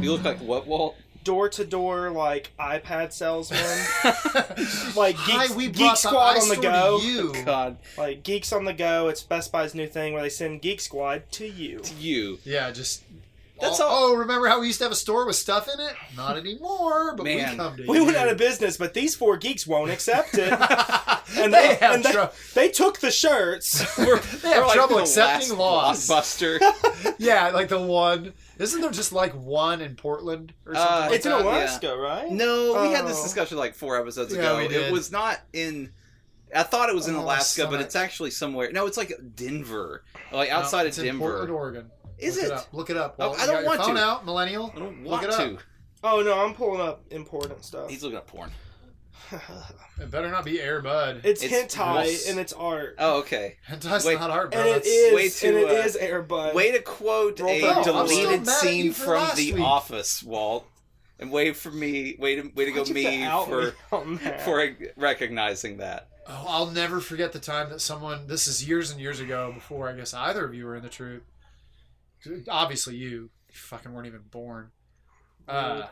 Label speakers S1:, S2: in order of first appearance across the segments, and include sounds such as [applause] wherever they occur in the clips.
S1: You look like what, Walt?
S2: Door to door, like iPad salesman, like Geek,
S3: Hi, we
S2: Geek
S3: brought
S2: Squad
S3: the
S2: on the
S3: iStore
S2: go.
S3: To you.
S1: God,
S2: Like Geeks on the Go. It's Best Buy's new thing where they send Geek Squad to you.
S1: to you.
S3: Yeah, just.
S2: That's
S3: That's
S2: all-
S3: all. Oh, remember how we used to have a store with stuff in it? Not anymore. But
S1: Man,
S3: we come to
S2: We
S3: you.
S2: went out
S3: [laughs]
S2: of business, but these four geeks won't accept it.
S3: and
S2: they-
S3: they, have
S2: and they-
S3: trouble.
S2: they took the shirts.
S1: We're,
S3: They have
S1: we're like
S3: trouble
S1: the last
S3: accepting laws.
S1: Blockbuster.
S3: [laughs] Yeah, like the one. Isn't there just like one in Portland or something?
S1: Uh,
S3: like
S2: It's in
S3: that?
S1: a-
S2: Alaska, right?
S1: No, we had this
S2: Oh.
S1: discussion like four episodes
S3: Yeah,
S1: ago.
S3: we
S1: It
S3: did.
S1: was not in. I thought it was in
S3: Oh,
S1: Alaska, but
S3: suck.
S1: it's actually somewhere. No, it's like Denver, like
S3: No,
S1: outside of
S3: it's in Portland,
S1: Denver.
S3: Oregon.
S1: Is
S3: Look
S1: it?
S3: up. Look it up.
S1: Oh,
S3: Walt.
S1: I
S3: You
S1: don't
S3: got your
S1: want
S3: phone
S1: to.
S3: out, millennial.
S1: I don't
S3: Look
S1: want
S3: it up.
S1: to.
S2: Oh no, I'm pulling up important stuff.
S1: He's looking up porn.
S3: It better not be Air Bud.
S2: [laughs]
S3: [laughs]
S2: it's,
S1: It's
S2: hentai
S1: gross.
S2: and it's art,
S1: Oh, okay.
S3: Hentai's
S1: Wait.
S3: not art, bro.
S2: and it
S3: That's-
S2: is
S1: way too,
S2: and it
S1: uh,
S2: is Airbud.
S1: Way to quote
S2: Roll
S1: a
S2: call.
S3: I'm still
S1: deleted
S3: mad at
S1: scene
S3: you for
S1: from
S3: last
S1: The
S3: week.
S1: Office, Walt. And way for me. Way to way to go
S2: Why'd you have
S1: me
S2: out
S1: for
S2: on that?
S1: for recognizing that.
S3: Oh, I'll never forget the time that someone. This is years and years ago, before I guess either of you were in the troop. Obviously, you, you fucking weren't even born. Uh,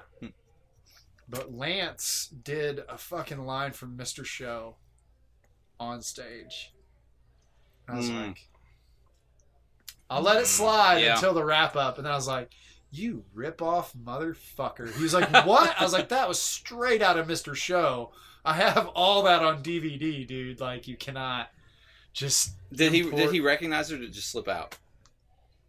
S3: but Lance did a fucking line from Mr. Show on stage. And I was
S1: Mm.
S3: like, I'll let it slide
S1: Yeah.
S3: until the wrap up, and then I was like, "You rip off motherfucker." He was like, "What?" I was like, "That was straight out of Mr. Show." I have all that on DVD, dude. Like, you cannot just.
S1: Did he
S3: Import-
S1: did he recognize her? Or did it just slip out?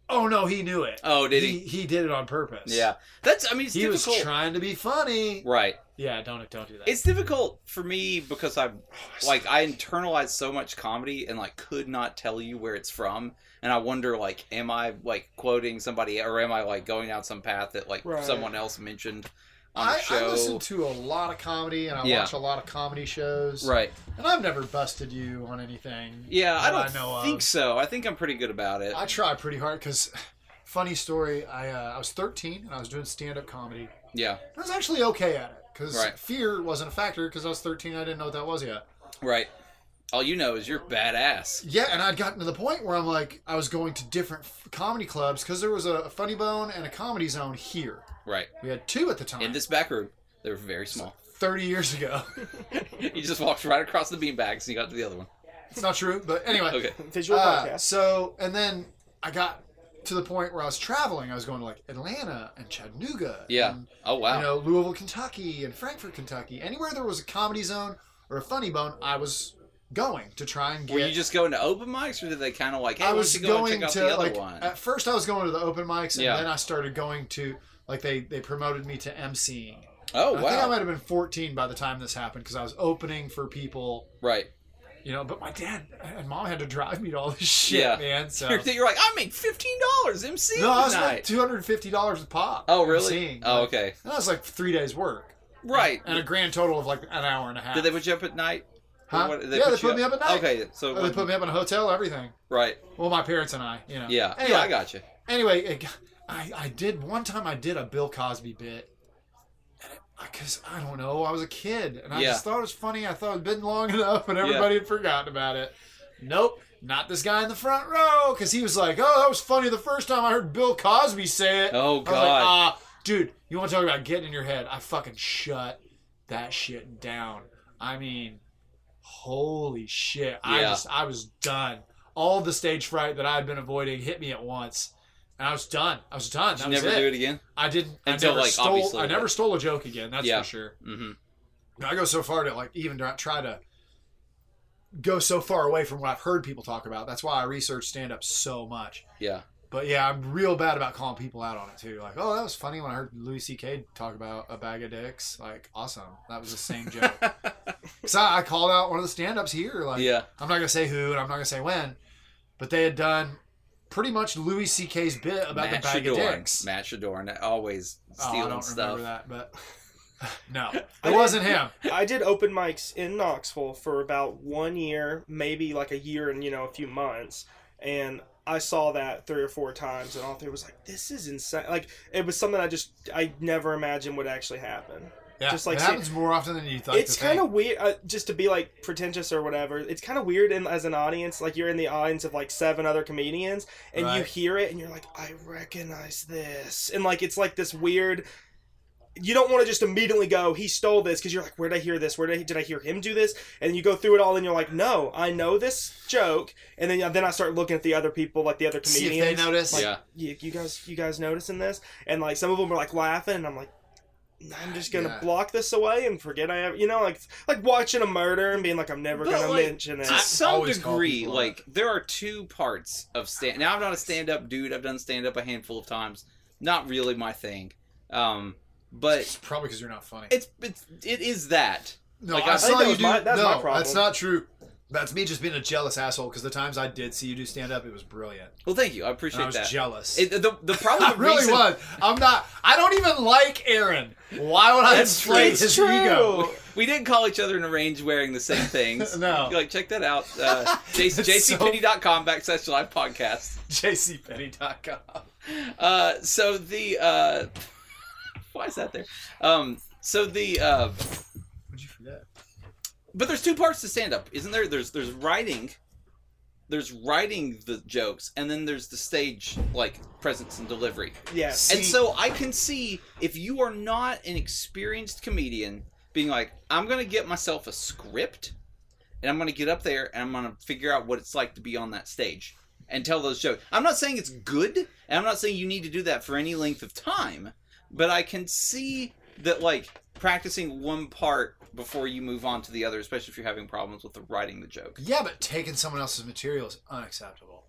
S3: Oh no, he knew it.
S1: Oh, did he?
S3: he? He did it on purpose.
S1: Yeah. That's. I mean, it's
S3: he was
S1: difficult.
S3: trying to be funny.
S1: right.
S3: Yeah, don't don't do that.
S1: It's difficult for me because I
S3: Oh,
S1: like I internalized so much comedy and like could not tell you where it's from, and I wonder like, am I like quoting somebody or am I like going down some path that like
S2: Right.
S1: someone else mentioned on the
S3: I, I
S1: show?
S3: listen to a lot of comedy and I
S1: Yeah.
S3: watch a lot of comedy shows.
S1: right?
S3: And I've never busted you on anything.
S1: Yeah, I
S3: that
S1: don't
S3: I know
S1: think
S3: of.
S1: so. I think I'm pretty good about it.
S3: I try pretty hard because, funny story, I uh, I was 13 and I was doing stand up comedy.
S1: yeah,
S3: I was actually okay at it because
S1: Right.
S3: fear wasn't a factor because I was 13. I didn't know what that was yet.
S1: right. All you know is you're badass.
S3: Yeah, and I'd gotten to the point where I'm like, I was going to different f- comedy clubs because there was a, a Funny Bone and a Comedy Zone here.
S1: Right.
S3: We had two at the time.
S1: In this back room, they're very small. [laughs]
S3: 30 years ago. [laughs]
S1: you just walked right across the beanbags and you got to the other one.
S3: it's not true, but anyway.
S1: Okay.
S2: Visual
S3: Uh,
S2: podcast.
S3: So, and then I got to the point where I was traveling. I was going to like Atlanta and Chattanooga.
S1: Yeah.
S3: And,
S1: Oh wow.
S3: You know, Louisville, Kentucky and Frankfort, Kentucky. Anywhere there was a comedy zone or a funny bone, I was going to try and get.
S1: Were you just going to open mics, or did they kind of like, hey,
S3: I
S1: why
S3: was
S1: don't you go
S3: going
S1: and check out
S3: to
S1: the other
S3: like
S1: one?
S3: at first I was going to the open mics and
S1: Yeah.
S3: then I started going to like they they promoted me to emceeing.
S1: oh
S3: I think I
S1: wow,
S3: might have been 14 by the time this happened because I was opening for people,
S1: right?
S3: you know. But my dad and mom had to drive me to all this shit,
S1: Yeah.
S3: man. So
S1: You're, you're like, I made fifteen dollars MC
S3: No, I was like
S1: tonight.
S3: two hundred and fifty dollars a pop.
S1: oh
S3: I'm
S1: really?
S3: seeing,
S1: oh
S3: like-
S1: okay,
S3: And that was like three days work
S1: right.
S3: and a grand total of like an hour and a half.
S1: Did they put you up at night? Or
S3: Huh?
S1: what-
S3: Yeah, they put me up at night.
S1: Okay, so
S3: Oh, they put me up in a hotel, everything.
S1: right,
S3: Well, my parents and I, you know.
S1: yeah,
S3: Anyway,
S1: yeah, I got you.
S3: anyway, it, got- I I did one time. I did a Bill Cosby bit. Because I don't know, I was a kid and I
S1: Yeah.
S3: just thought it was funny. I thought it'd been long [laughs] enough, and everybody had forgotten about it. Nope, not this guy in the front row because he was like, "Oh, that was funny the first time I heard Bill Cosby say it."
S1: Oh
S3: I was like,
S1: god,
S3: "Ah, dude, you want to talk about getting in your head? I fucking shut that shit down. I mean, holy shit! I
S1: Yeah.
S3: just, I was done. All the stage fright that I had been avoiding hit me at once, and I was done. I was done.
S1: Did
S3: That
S1: you
S3: was
S1: never
S3: it.
S1: do it again.
S3: I didn't.
S1: Until,
S3: I never
S1: like,
S3: stole,
S1: obviously,
S3: I never
S1: but-
S3: stole a joke again. That's
S1: Yeah.
S3: for sure.
S1: hmm
S3: I go so far to like even to try to go so far away from what I've heard people talk about. That's why I research stand up so much.
S1: Yeah.
S3: But yeah, I'm real bad about calling people out on it too. Like, oh, that was funny when I heard Louis C.K. talk about a bag of dicks. Like, awesome. That was the same
S1: [laughs]
S3: joke. so I, I called out one of the stand ups here. Like,
S1: Yeah,
S3: I'm not going to say who and I'm not going to say when, but they had done pretty much Louis C.K.'s bit about
S1: Matt
S3: the bag of
S1: Shadorn.
S3: dicks.
S1: Matt Shadorn always
S3: oh,
S1: stealing
S3: I don't
S1: stuff.
S3: remember that, but [laughs]
S1: [laughs]
S3: no,
S2: I
S3: it wasn't him.
S2: I did open mics in Knoxville for about one year, maybe like a year and you know a few months, and I saw that three or four times, and all three was like, "This is insane!" Like it was something I just I never imagined would actually happen.
S3: Yeah,
S2: Just like
S3: it
S2: see-
S3: happens more often than you thought.
S2: it's kind of weird uh, just to be like pretentious or whatever it's kind of weird in, as an audience like you're in the audience of like seven other comedians and you
S3: Right.
S2: hear it and you're like i recognize this and like it's like this weird you don't want to just immediately go he stole this because you're like where did i hear this where did I, did I hear him do this and you go through it all and you're like no i know this joke and then then i start looking at the other people like the other
S3: see
S2: comedians
S3: if they notice.
S2: like,
S1: Yeah.
S2: you, you guys you guys noticing this and like some of them are like laughing and i'm like i'm just gonna
S3: Yeah.
S2: block this away and forget i have you know like like watching a murder and being like i'm never
S1: But,
S2: gonna
S1: like,
S2: mention it
S1: to some
S3: always call
S1: degree,
S3: people out.
S1: like there are two parts of stand. Now I'm not a stand-up dude. I've done stand-up a handful of times. Not really my thing. Um, but
S3: it's probably because you're not funny.
S1: it's it's it is that.
S3: No,
S1: Like, I
S3: I,
S1: think
S3: saw
S2: that
S3: you
S2: was
S3: do.
S2: my- that's
S3: no,
S2: my problem.
S3: that's not true. That's me just being a jealous asshole. Because the times I did see you do stand up, it was brilliant.
S1: Well, thank you. I
S3: And I
S1: appreciate
S3: was
S1: that.
S3: jealous.
S1: It, the the problem
S3: [laughs] I really
S1: reason,
S3: was. I'm not. I don't even like Aaron. Why would I
S1: That's
S3: [laughs]
S1: true.
S3: display his ego?
S1: We didn't call each other in a range wearing the same things.
S3: [laughs] No.
S1: Like check that out.
S3: [laughs]
S1: Uh,
S3: That's so-
S1: jcpenney.com backslash live podcast.
S3: JCPenney.com.
S1: Uh, so the uh, [laughs] why is that there? Um, so the uh,
S3: What'd you forget?
S1: but there's two parts to stand up, isn't there? There's there's writing, there's writing the jokes, and then there's the stage like presence and delivery.
S2: yes
S1: and
S3: See-
S1: so I can see if you are not an experienced comedian being like, I'm gonna get myself a script, and I'm gonna get up there and I'm gonna figure out what it's like to be on that stage and tell those jokes. I'm not saying it's good, and I'm not saying you need to do that for any length of time, but I can see that like practicing one part before you move on to the other, especially if you're having problems with the writing the joke.
S3: Yeah, but taking someone else's material is unacceptable.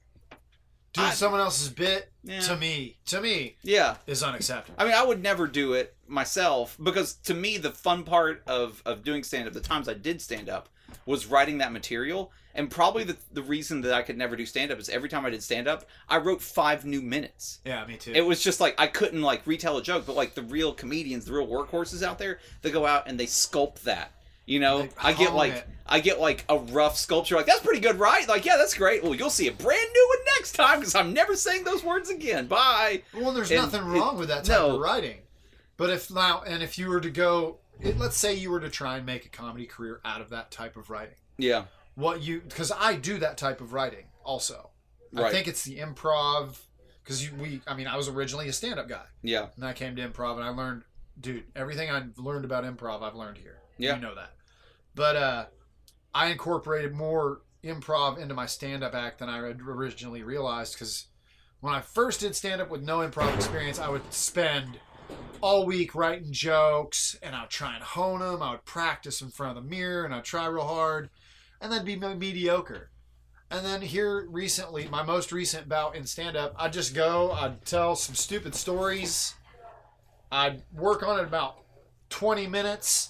S3: Doing
S1: I-
S3: someone else's bit
S1: Yeah.
S3: to me, to me,
S1: yeah.
S3: is unacceptable.
S1: I mean, I would never do it myself because to me, the fun part of, of doing stand up, the times I did stand up, was writing that material. And probably the, the reason that I could never do stand up is every time I did stand up, I wrote five new minutes.
S3: Yeah, me too.
S1: It was just like I couldn't like retell a joke, but like the real comedians, the real workhorses out there, they go out and they sculpt that. You know,
S3: They
S1: I get
S3: hone
S1: like
S3: it.
S1: I get like a rough sculpture. Like that's pretty good, right? Like yeah, that's great. Well, you'll see a brand new one next time because I'm never saying those words again. Bye.
S3: Well, there's
S1: And
S3: nothing
S1: it-
S3: wrong with that type
S1: no.
S3: of writing. But if now, and if you were to go, it, let's say you were to try and make a comedy career out of that type of writing.
S1: Yeah,
S3: What you, because I do that type of writing also. I
S1: right.
S3: think it's the improv, because you, we, I mean, I was originally a stand up guy,
S1: yeah,
S3: and I came to improv, and I learned, dude, everything I've learned about improv, I've learned here.
S1: Yeah.
S3: You know that. But uh, I incorporated more improv into my stand up act than I had originally realized, because when I first did stand up with no improv experience, I would spend all week writing jokes and I would try and hone them. I would practice in front of the mirror and I'd try real hard and then be me- mediocre. And then here recently, my most recent bout in stand up, I'd just go, I'd tell some stupid stories. I'd work on it about 20 minutes,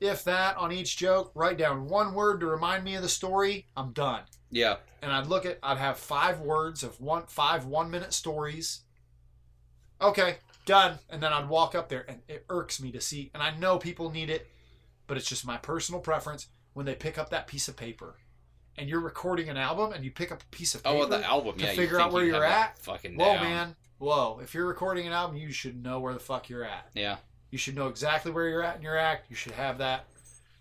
S3: if that, on each joke, write down one word to remind me of the story. I'm done
S1: yeah.
S3: and I'd look at I'd have five words of one five one minute stories. Okay, done. And then I'd walk up there and it irks me to see and I know people need it, but it's just my personal preference when they pick up that piece of paper. And you're recording an album and you pick up a piece of paper.
S1: Oh, well, the album.
S3: to
S1: Yeah, you
S3: figure
S1: think
S3: out where
S1: you have
S3: you're
S1: that
S3: at.
S1: Fucking
S3: Whoa
S1: down.
S3: man. Whoa. If you're recording an album, you should know where the fuck you're at.
S1: Yeah,
S3: You should know exactly where you're at in your act. You should have that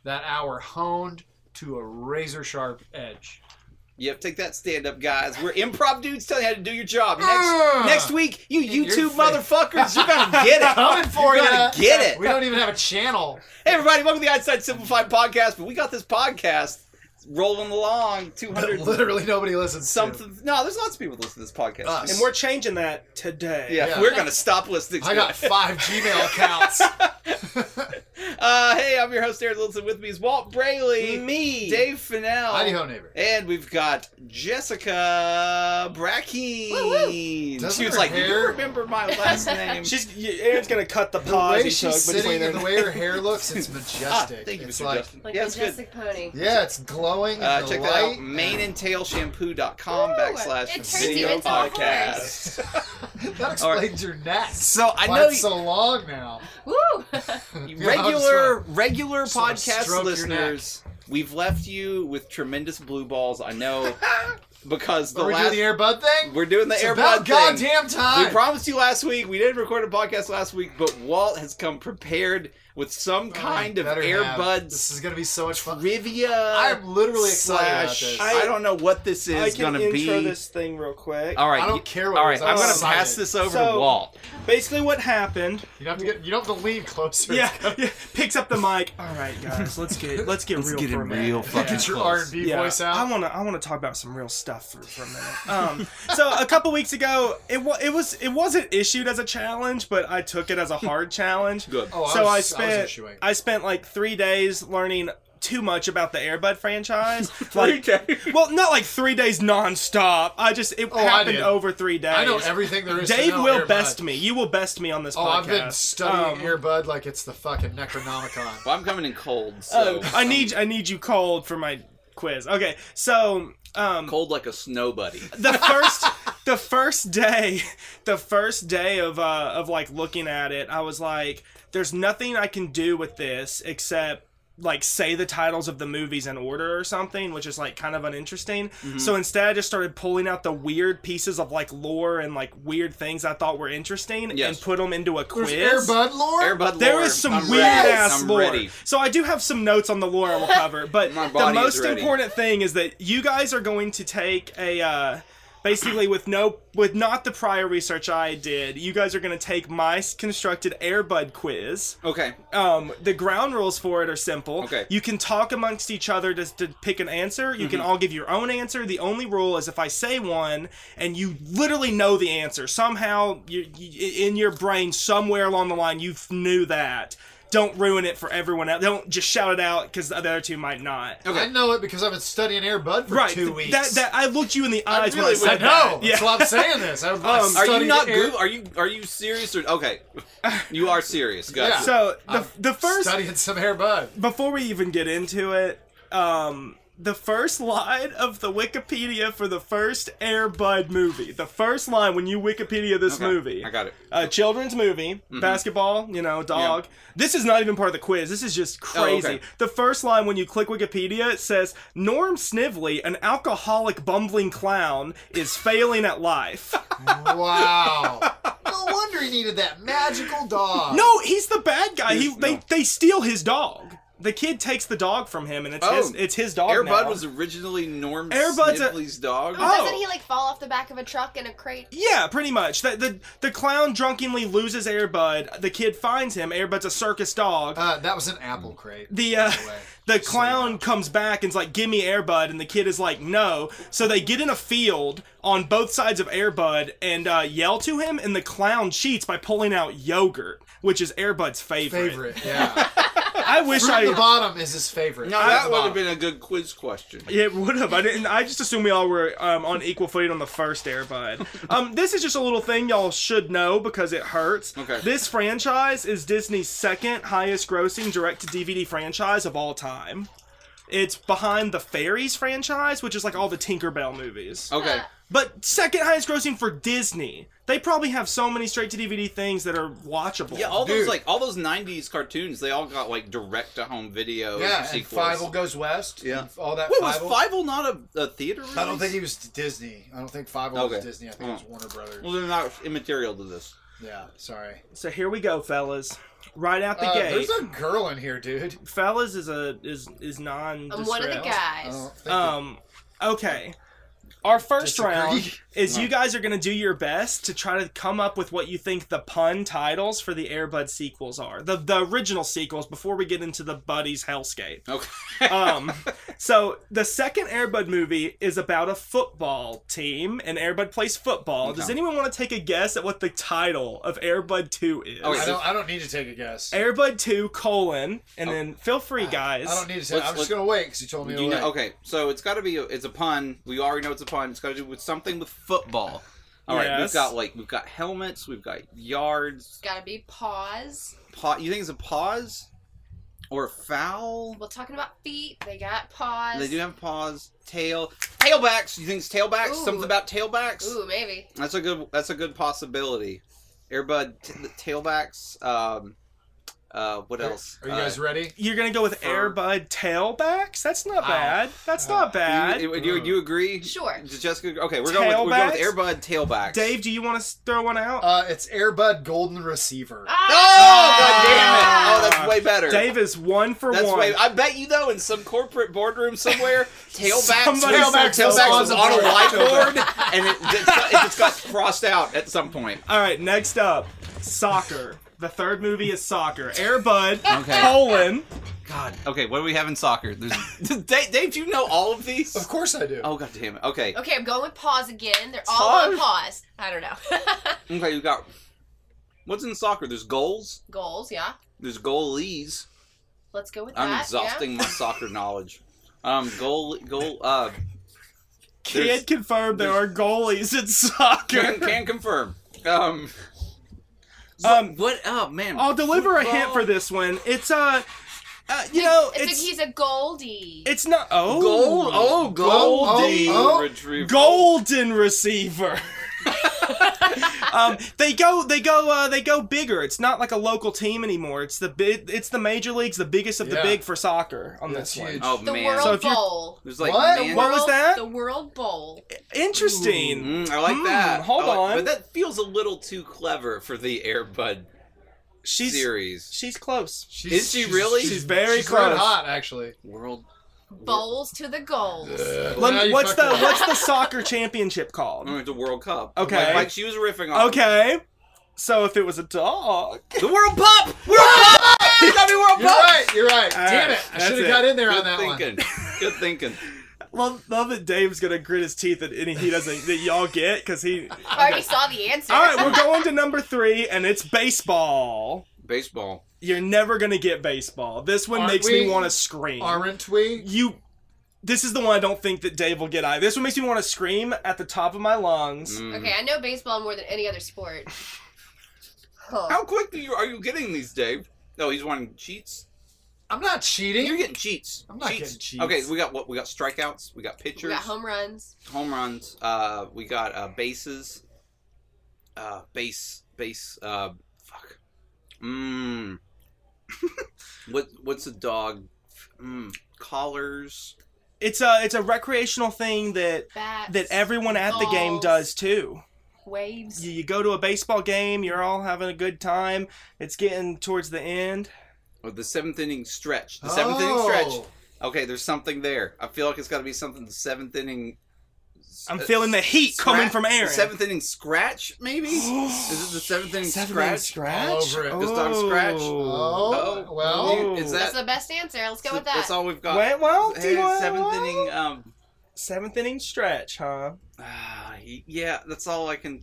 S3: that hour honed to a razor sharp edge.
S1: yep. Take that stand up, guys. We're improv dudes telling you how to do your job. Next
S3: Ah!
S1: next week, you
S3: In your
S1: YouTube
S3: face.
S1: motherfuckers, you're gonna get
S3: [laughs]
S1: it.
S3: Coming for
S1: you're
S3: you.
S1: gonna get it.
S3: We don't even have a channel.
S1: Hey everybody, welcome to the Outside Simplified podcast. But we got this podcast rolling along. Two
S3: But
S1: hundred
S3: [laughs] literally nobody listens to.
S1: something. No, there's lots of people listening to this podcast.
S3: Us.
S2: and we're changing that today
S1: yeah,
S3: Yeah.
S1: we're gonna stop listening. To
S3: I got
S1: it.
S3: five Gmail
S1: [laughs]
S3: accounts. [laughs]
S1: Uh, hey, I'm your host Aaron Littleton. With me is Walt Brayley,
S2: me
S1: Dave Fennell,
S3: Heidi ho, neighbor.
S1: And we've got Jessica Brackeen.
S3: Doesn't
S1: She was
S3: her
S1: like,
S3: hair-
S1: you remember my
S3: [laughs]
S1: last name.
S2: she's y- aaron's gonna cut the
S3: The
S2: pause he
S3: way
S2: took
S3: she's
S2: between
S3: sitting and
S2: her-
S3: the way
S1: [laughs]
S3: her hair looks, [laughs] it's
S1: ah,
S3: majestic.
S1: thank you,
S3: it's
S1: Mr.
S3: like,
S1: Justin.
S4: Like
S1: yeah, it's good.
S4: Majestic Pony.
S3: yeah, it's glowing. in
S1: Uh,
S3: the
S1: check
S3: light.
S1: that out. MainandTailShampoo.com
S4: Ooh,
S1: backslash
S4: it turns
S1: video
S4: you into a
S1: podcast.
S3: [laughs] [laughs] that
S1: All right.
S3: explains your neck.
S1: So I
S3: Why
S1: know
S3: it's
S1: you-
S3: so long now. [laughs]
S4: Woo! [laughs]
S3: You know, I just
S1: regular
S3: wanna-
S1: regular
S3: just wanna
S1: podcast
S3: stroke your
S1: listeners, we've left you with tremendous blue balls. I know
S3: [laughs]
S1: because the
S3: Are we
S1: last
S3: doing the Airbud thing?
S1: we're doing the
S3: it's
S1: airbud
S3: about
S1: thing.
S3: goddamn
S1: We
S3: time.
S1: promised you last week. We didn't record a podcast last week, but Walt has come prepared with some kind of
S3: Oh, Better have.
S1: Airbuds
S3: This is gonna be so much fun.
S1: trivia.
S3: I'm literally excited about
S1: slash-
S3: this.
S1: I, don't know what this
S2: [laughs] I
S1: is
S2: can
S1: gonna
S2: intro
S1: be.
S2: this thing real quick.
S1: All right,
S3: I
S1: you-
S3: don't care what
S1: all
S3: it
S1: right.
S3: is.
S1: I'm gonna
S3: excited.
S1: pass this over to
S2: So-
S1: Walt.
S2: Basically, what happened?
S3: [laughs] You don't have to get. You don't have to lean closer. [laughs]
S2: Yeah, yeah, [laughs] picks up the mic. All right, guys, let's get let's get
S1: Let's
S2: real
S1: get
S2: for a
S1: it
S2: minute.
S1: real fucking
S3: Get your R
S1: close.
S3: and B voice out.
S2: I want to I want to talk about some real stuff for, for a minute. Um, [laughs] so a couple weeks ago, it wa- it was it wasn't issued as a challenge, but I took it as a
S3: [laughs]
S2: hard challenge.
S1: Good.
S3: oh,
S2: so I
S3: I, was, I was
S2: spent-
S3: issuing.
S2: I spent like three days learning too much about the Airbud
S3: [laughs]
S2: franchise.
S1: Three
S2: like,
S1: days.
S2: well, not like three days nonstop. I just it
S3: Oh, I
S2: happened
S3: did.
S2: over three days.
S3: I know everything there is.
S2: Dave
S3: to know
S2: will
S3: Air
S2: best
S3: Bud.
S2: me. You will best me on this
S3: Oh,
S2: podcast.
S3: I've been studying
S2: Um,
S3: Air Bud like it's the fucking
S1: [laughs]
S3: Necronomicon.
S1: Well, I'm coming in cold, so
S2: Oh, I need I need you cold for my quiz. Okay, so um,
S1: cold like a snow [laughs] buddy.
S2: the first the first day the first day of uh of like looking at it i was like there's nothing i can do with this except like say the titles of the movies in order or something which is like kind of uninteresting so instead i just started pulling out the weird pieces of like lore and like weird things i thought were interesting
S1: Yes.
S2: and put them into a
S3: There's
S2: quiz
S3: Air Bud lore.
S1: Airbud
S2: there
S1: lore.
S2: is some
S1: I'm
S2: weird
S1: ready.
S2: ass
S1: I'm
S2: lore.
S1: ready.
S2: So I do have some notes on the lore I
S1: [laughs]
S2: will cover, but
S1: My
S2: the
S1: body is
S2: most
S1: ready.
S2: important thing is that you guys are going to take a uh, basically with no with not the prior research I did, you guys are going to take my s- constructed Airbud quiz.
S1: Okay.
S2: Um, the ground rules for it are simple.
S1: Okay.
S2: You can talk amongst each other to, to pick an answer. You
S3: Mm-hmm.
S2: can all give your own answer. The only rule is if I say one and you literally know the answer somehow you, you, in your brain somewhere along the line you f- knew that. Don't ruin it for everyone else. Don't just shout it out because the other two might not.
S1: Okay.
S3: I know it because I've been studying Air Bud for
S2: right.
S3: two weeks.
S2: That that I looked you in the
S3: I
S2: eyes
S3: really
S2: when I said
S3: would know.
S2: that. Yeah.
S3: That's why I'm
S1: [laughs]
S3: saying this. I, I
S2: Um,
S1: Are you
S3: studied
S1: not
S3: Air,
S1: goof? Are you are you serious or okay? You are serious,
S3: Yeah.
S1: guys.
S2: So the
S3: I'm
S2: the first
S3: studying some Air Bud?
S2: before we even get into it, um, the first line of the Wikipedia for the first Air Bud movie, the first line when you Wikipedia this
S1: Okay,
S2: movie,
S1: I got it. Mm-hmm.
S2: a children's movie, basketball, you know, dog. This is not even part of the quiz. This is just crazy.
S1: Oh, okay.
S2: The first line when you click Wikipedia, it says Norm Snively, an alcoholic bumbling clown, is failing at
S1: [laughs]
S2: life.
S3: [laughs] Wow. no wonder he needed that magical dog.
S2: no, he's the bad guy. He
S1: He's-
S2: they
S1: no.
S2: they steal his dog. The kid takes the dog from him, and it's his
S1: Oh,
S2: it's his dog.
S1: Airbud
S2: now.
S1: was originally Norm
S2: Air Bud's a-
S1: Snively's dog.
S2: Oh.
S4: Doesn't he like fall off the back of a truck in a crate?
S2: Yeah, pretty much. The, the the clown drunkenly loses Airbud. The kid finds him. Airbud's a circus dog.
S3: Uh, that was an apple crate.
S2: the uh,
S3: by the way.
S2: [laughs] the clown comes back and's like, "Give me Airbud," and the kid is like, "No." So they get in a field on both sides of Airbud and uh, yell to him, and the clown cheats by pulling out yogurt, which is Airbud's favorite.
S3: favorite.
S2: [laughs]
S3: Yeah.
S2: I wish
S3: Fruit [laughs] at the
S2: I.
S3: bottom is his favorite.
S1: Now
S3: Fruit at
S1: that
S3: the
S1: would have
S3: bottom.
S1: been a good quiz question.
S2: It would have. I didn't. I just assumed we all were um, on equal footing on the first Airbud. Um, this is just a little thing y'all should know because it hurts.
S1: Okay.
S2: This franchise is Disney's second highest grossing direct to DVD franchise of all time. It's behind the Fairies franchise, which is like all the Tinkerbell movies.
S1: Okay.
S2: But second highest grossing for Disney. They probably have so many straight to DVD things that are watchable.
S1: Yeah, all those
S3: Dude.
S1: like all those '90s cartoons, they all got like direct to home video
S3: Yeah, and
S1: sequels.
S3: Fievel goes west.
S1: Yeah.
S3: and all that.
S1: What was
S3: Fievel-
S1: Fievel not a, a theater? Release?
S3: I don't think he was Disney. I don't think Fievel
S1: Okay.
S3: was Disney. I think it was
S1: Oh.
S3: Warner Brothers.
S1: Well, they're not immaterial to this.
S3: yeah, sorry.
S2: So here we go, fellas. Right out the
S3: Uh,
S2: gate.
S3: there's a girl in here, dude.
S2: fellas is a is is non.
S4: I'm Um, one of the
S3: I
S4: guys.
S1: Oh.
S3: don't think
S2: Um, okay. Our first
S3: Disagree. [laughs]
S2: round is you guys are going to do your best to try to come up with what you think the pun titles for the Airbud sequels are. The the original sequels before we get into the Buddy's Hellscape.
S1: Okay. [laughs]
S3: [laughs]
S2: Um, so the second Airbud movie is about a football team and Airbud plays football. Does
S1: Okay.
S2: anyone want to take a guess at what the title of Airbud 2 is?
S1: Okay.
S3: I don't. I don't need to take a guess.
S2: Airbud 2 colon and then feel free guys.
S3: Oh. I don't need to. Take,
S1: Let's-
S3: I'm just
S1: let's-
S3: gonna wait because you told me.
S1: You
S3: to
S1: know,
S3: wait.
S1: okay, so it's got to be a, it's a pun. We already know it's a pun. It's got to do with something with football. All right,
S2: Yes.
S1: we've got like we've got helmets, we've got yards.
S4: Gotta be paws.
S1: Pa- you think it's a pause or a foul?
S4: Well, talking about feet, they got paws.
S1: They do have paws, tail, tailbacks. You think it's tailbacks?
S4: Ooh.
S1: Something about tailbacks?
S4: Ooh, maybe.
S1: That's a good. That's a good possibility. Airbud t- the tailbacks. Um, Uh, what else?
S3: Are you guys
S1: Uh,
S3: ready?
S2: You're gonna go with
S1: For-
S2: Airbud tailbacks? That's not
S3: Oh,
S2: bad. That's not
S3: uh,
S2: bad.
S1: You, you, you agree?
S4: Sure.
S1: Does Jessica, agree? okay, we're going, with, we're going with Airbud tailbacks.
S2: Dave, do you want to throw one out?
S3: Uh, it's Airbud Golden Receiver.
S1: Oh,
S4: Ah!
S1: God damn it! Oh, that's way better.
S2: Dave is one for
S1: That's
S2: one.
S1: way. I bet you though, in some corporate boardroom somewhere, tailbacks,
S2: Somebody
S1: tailbacks,
S3: said
S1: tailbacks
S3: tailbacks
S1: was
S3: on
S1: on a
S3: the board.
S1: whiteboard, and it just, got- it just got crossed out at some point.
S2: All right, next up, soccer. The third movie is soccer. Airbud,
S1: [laughs] Okay.
S2: colon.
S1: God. Okay, what do we have in soccer? There's, [laughs] Dave, Dave, do you know all of these?
S3: Of course I do.
S1: Oh god damn it. Okay.
S4: Okay, I'm going with pause again. They're all on pause. I don't know. [laughs]
S1: Okay, you got. What's in soccer? There's goals.
S4: Goals, yeah.
S1: There's goalies.
S4: Let's go with
S1: I'm
S4: that.
S1: exhausting my soccer knowledge. Um, goal, goal.
S2: [laughs]
S1: Uh, There's-
S2: Can't confirm there are
S1: there's-
S2: goalies in soccer.
S1: can, can confirm. Um.
S2: Um,
S1: What? Oh man.
S2: [laughs] I'll deliver a hint
S1: Football.
S2: for this one. It's uh, uh
S4: Yeah.
S2: you know,
S4: it's,
S2: it's
S4: a, he's a Goldie.
S2: it's not oh
S1: Gold. Oh, Goldie.
S3: oh, oh.
S1: Retriever.
S2: golden receiver. [laughs] um, they go, they go, uh, they go bigger. It's not like a local team anymore. It's the big, it's the major leagues, the biggest of the
S3: Yeah.
S2: big for soccer on
S3: Yeah,
S2: this
S3: it's
S2: one.
S3: huge.
S1: Oh
S4: the
S1: man.
S4: World
S2: So if you're-
S4: Bowl.
S1: There's like
S3: What?
S1: man-
S2: What? was
S4: World-
S2: that?
S4: The World Bowl.
S2: Interesting.
S1: Mm, I like
S2: Mm,
S1: that.
S2: hold
S1: I like-
S2: on.
S1: but that feels a little too clever for the Airbud
S2: She's
S1: series.
S2: she's close.
S3: She's,
S1: Is she really?
S2: She's very
S3: she's red
S2: close.
S3: hot, actually.
S1: World.
S4: Bowls to the goals.
S2: Let
S3: Now
S2: me,
S3: you
S2: what's the
S3: fucked it up.
S2: what's the soccer championship called?
S1: Oh, the World Cup.
S2: Okay.
S1: Like, like she was riffing on.
S2: Okay. So if it was a
S3: [laughs]
S2: dog,
S1: The World Pup. World Pup. You got me World
S3: You're
S1: Pup.
S3: right. You're right.
S2: All
S3: Damn
S2: right,
S3: it! I
S2: that's
S3: should
S2: it.
S3: have got in there on that
S1: Good
S3: one.
S1: thinking. Good thinking.
S2: love love that Dave's gonna grit his teeth at any he doesn't that y'all get because he.
S4: I already saw the
S2: [laughs]
S4: answer.
S2: All right, we're going to number three, and it's baseball.
S4: [laughs]
S1: Baseball.
S2: You're never gonna get baseball. This one
S3: Aren't
S2: makes me
S3: we?
S2: want to scream.
S3: Aren't we?
S2: you. This is the one I don't think that Dave will get either. This one makes me want to scream at the top of my lungs.
S1: Mm.
S4: okay, I know baseball more than any
S2: [laughs]
S4: other sport. Huh.
S1: How quick do you are you getting these, Dave? No, he's wanting cheats.
S3: I'm not cheating.
S1: You're getting cheats.
S3: I'm not
S1: cheats.
S3: getting cheats.
S1: Okay, we got what? We got strikeouts. We got
S4: We
S1: pitchers.
S4: got home runs.
S1: home runs. Uh, we got uh, bases. Uh, base, base. Uh, fuck. Mmm. [laughs] what? What's a dog? Mmm. Collars.
S2: It's a it's a recreational thing that
S4: Bats.
S2: that everyone at the game
S4: Balls.
S2: does too.
S4: Waves.
S2: You, you go to a baseball game, you're all having a good time. It's getting towards the end.
S1: Or Oh, the seventh inning stretch. The seventh
S3: Oh.
S1: inning stretch. Okay, there's something there. I feel like it's got to be something. The seventh inning.
S2: I'm
S1: uh,
S2: feeling the heat coming
S1: scratch-
S2: from Aaron.
S1: Seventh inning scratch,
S3: [gasps]
S1: maybe. Is this the seventh inning scratch?
S3: All over it.
S1: Does dog scratch?
S3: Oh, well.
S1: dude, is
S4: That's
S1: that?
S4: the best answer. Let's go with that.
S1: That's all we've got.
S2: Wait, well, do
S1: Oh. Hey,
S2: you want-
S1: seventh
S2: well,
S1: inning. Um.
S2: Seventh inning stretch, huh?
S1: Ah, y yeah, that's all I can.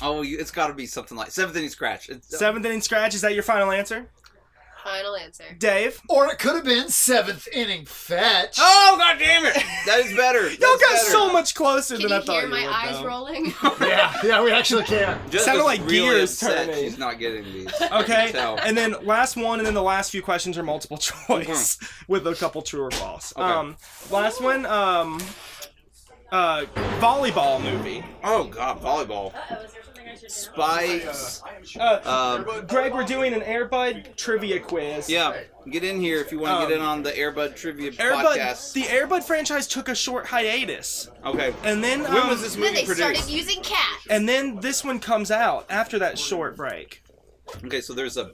S1: Oh, you, it's got to be something like seventh inning scratch. It's,
S2: Seventh inning scratch. Is that your final answer,
S4: Final answer.
S2: Dave?
S3: Or it could have been seventh inning fetch.
S1: oh god damn
S2: [laughs]
S1: it! That is better. That's
S2: Y'all got
S1: better.
S2: so much closer
S4: Can
S2: than
S4: you
S2: I thought
S4: hear
S2: you
S4: my
S2: would,
S4: eyes
S2: though.
S4: rolling?
S3: Yeah, yeah, we actually can.
S1: Jessica's
S2: Sounded like
S1: really
S2: gears
S1: upset
S2: turning.
S1: She's not getting
S2: [laughs]
S1: these. [laughs]
S2: Okay,
S1: So,
S2: and then last one, and then the last few questions are multiple [laughs] choice with a couple true or false.
S1: Mm-hmm. Okay.
S2: Um, last one, um, uh, volleyball movie.
S1: oh god, volleyball. Spikes.
S2: Uh,
S1: Um,
S2: Greg, we're doing an Airbud trivia quiz.
S1: yeah, get in here if you want to
S2: Um,
S1: get in on the Airbud Trivia
S2: Airbud,
S1: podcast.
S2: the Airbud franchise took a short hiatus,
S1: okay,
S2: and then
S1: when
S2: um,
S1: was this
S4: And then
S1: movie
S4: [laughs] they started
S1: produced?
S4: using cats.
S2: And then this one comes out after that short break.
S1: Okay, so there's a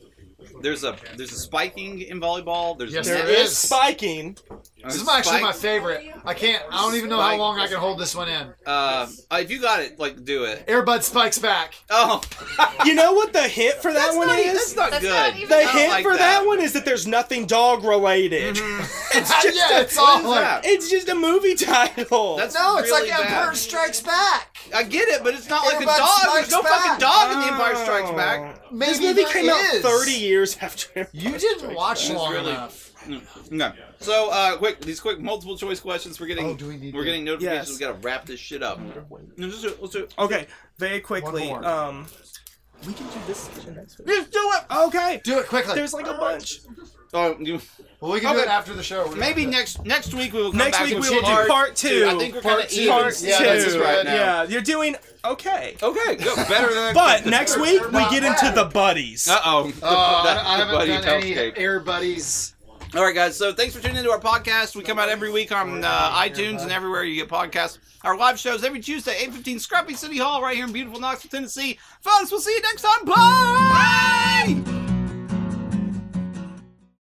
S1: there's a there's a spiking in volleyball. There's
S3: Yes,
S1: a
S3: there
S1: net.
S3: is.
S2: spiking.
S1: There's
S3: This is my- actually my
S1: spike.
S3: favorite. I can't. I don't even know how long I can hold this one in.
S1: Uh, if you got it, like do it.
S3: Airbud
S1: [laughs]
S3: spikes back.
S1: Oh,
S2: You know what the hint for that
S1: that's
S2: one
S1: not, e-
S2: is?
S1: That's not
S4: That's
S1: good.
S4: not even-
S2: the
S4: I don't
S2: hint
S1: like
S2: for that.
S1: that. Mm-hmm.
S2: one is that there's nothing dog related. just
S3: [laughs] yeah,
S2: a-
S3: it's
S1: What
S3: all
S1: is
S3: like.
S1: that?
S2: It's just a movie title.
S1: That's
S3: No, it's
S1: really
S3: like
S1: bad.
S3: Empire Strikes Back.
S1: I get it, but it's not like a
S3: Everybody
S1: dog. There's
S3: strikes
S1: no fucking
S3: back.
S1: dog in The Empire Strikes Back.
S2: Oh.
S3: Maybe
S2: this movie
S3: there
S2: came out
S3: is.
S2: 30 years after.
S3: You didn't watch
S1: Back.
S3: long
S1: It's really-
S3: enough.
S1: Okay. So, uh, quick, these quick multiple choice questions. We're getting,
S3: Oh, do we need
S1: are
S3: to-
S1: getting notifications.
S2: Yes.
S1: We gotta wrap this shit up. No, Let's do it. Let's do it.
S2: Okay, very quickly.
S3: more.
S2: Um, we can do this next week. Just do it. Okay.
S3: Do it quickly.
S2: There's like a bunch.
S1: Oh, you- [laughs]
S3: Well, we can do
S1: Okay.
S3: it after the show. We're
S1: maybe [laughs]
S3: not-
S1: next next week we will come
S2: Next
S1: back
S2: week
S1: with
S2: we will do part two.
S1: I think we're
S3: Part
S1: kind of
S3: two.
S1: even.
S2: Part
S3: Yeah,
S2: two.
S3: that's just right now.
S2: yeah, you're doing okay.
S1: Okay, good. Better than. [laughs]
S2: But next
S3: we're-
S2: week
S3: we're
S2: we
S3: not
S2: get into
S3: bad.
S2: the buddies.
S1: Uh
S3: [laughs]
S1: oh.
S3: Oh,
S1: [laughs]
S3: I I haven't done any air buddies.
S1: All right, guys. So thanks for tuning into our podcast. We come out every week on uh, iTunes and everywhere you get podcasts. Our live shows every Tuesday, eight fifteen, Scrappy City Hall, right here in beautiful Knoxville, Tennessee. Folks, we'll see you next time. Bye.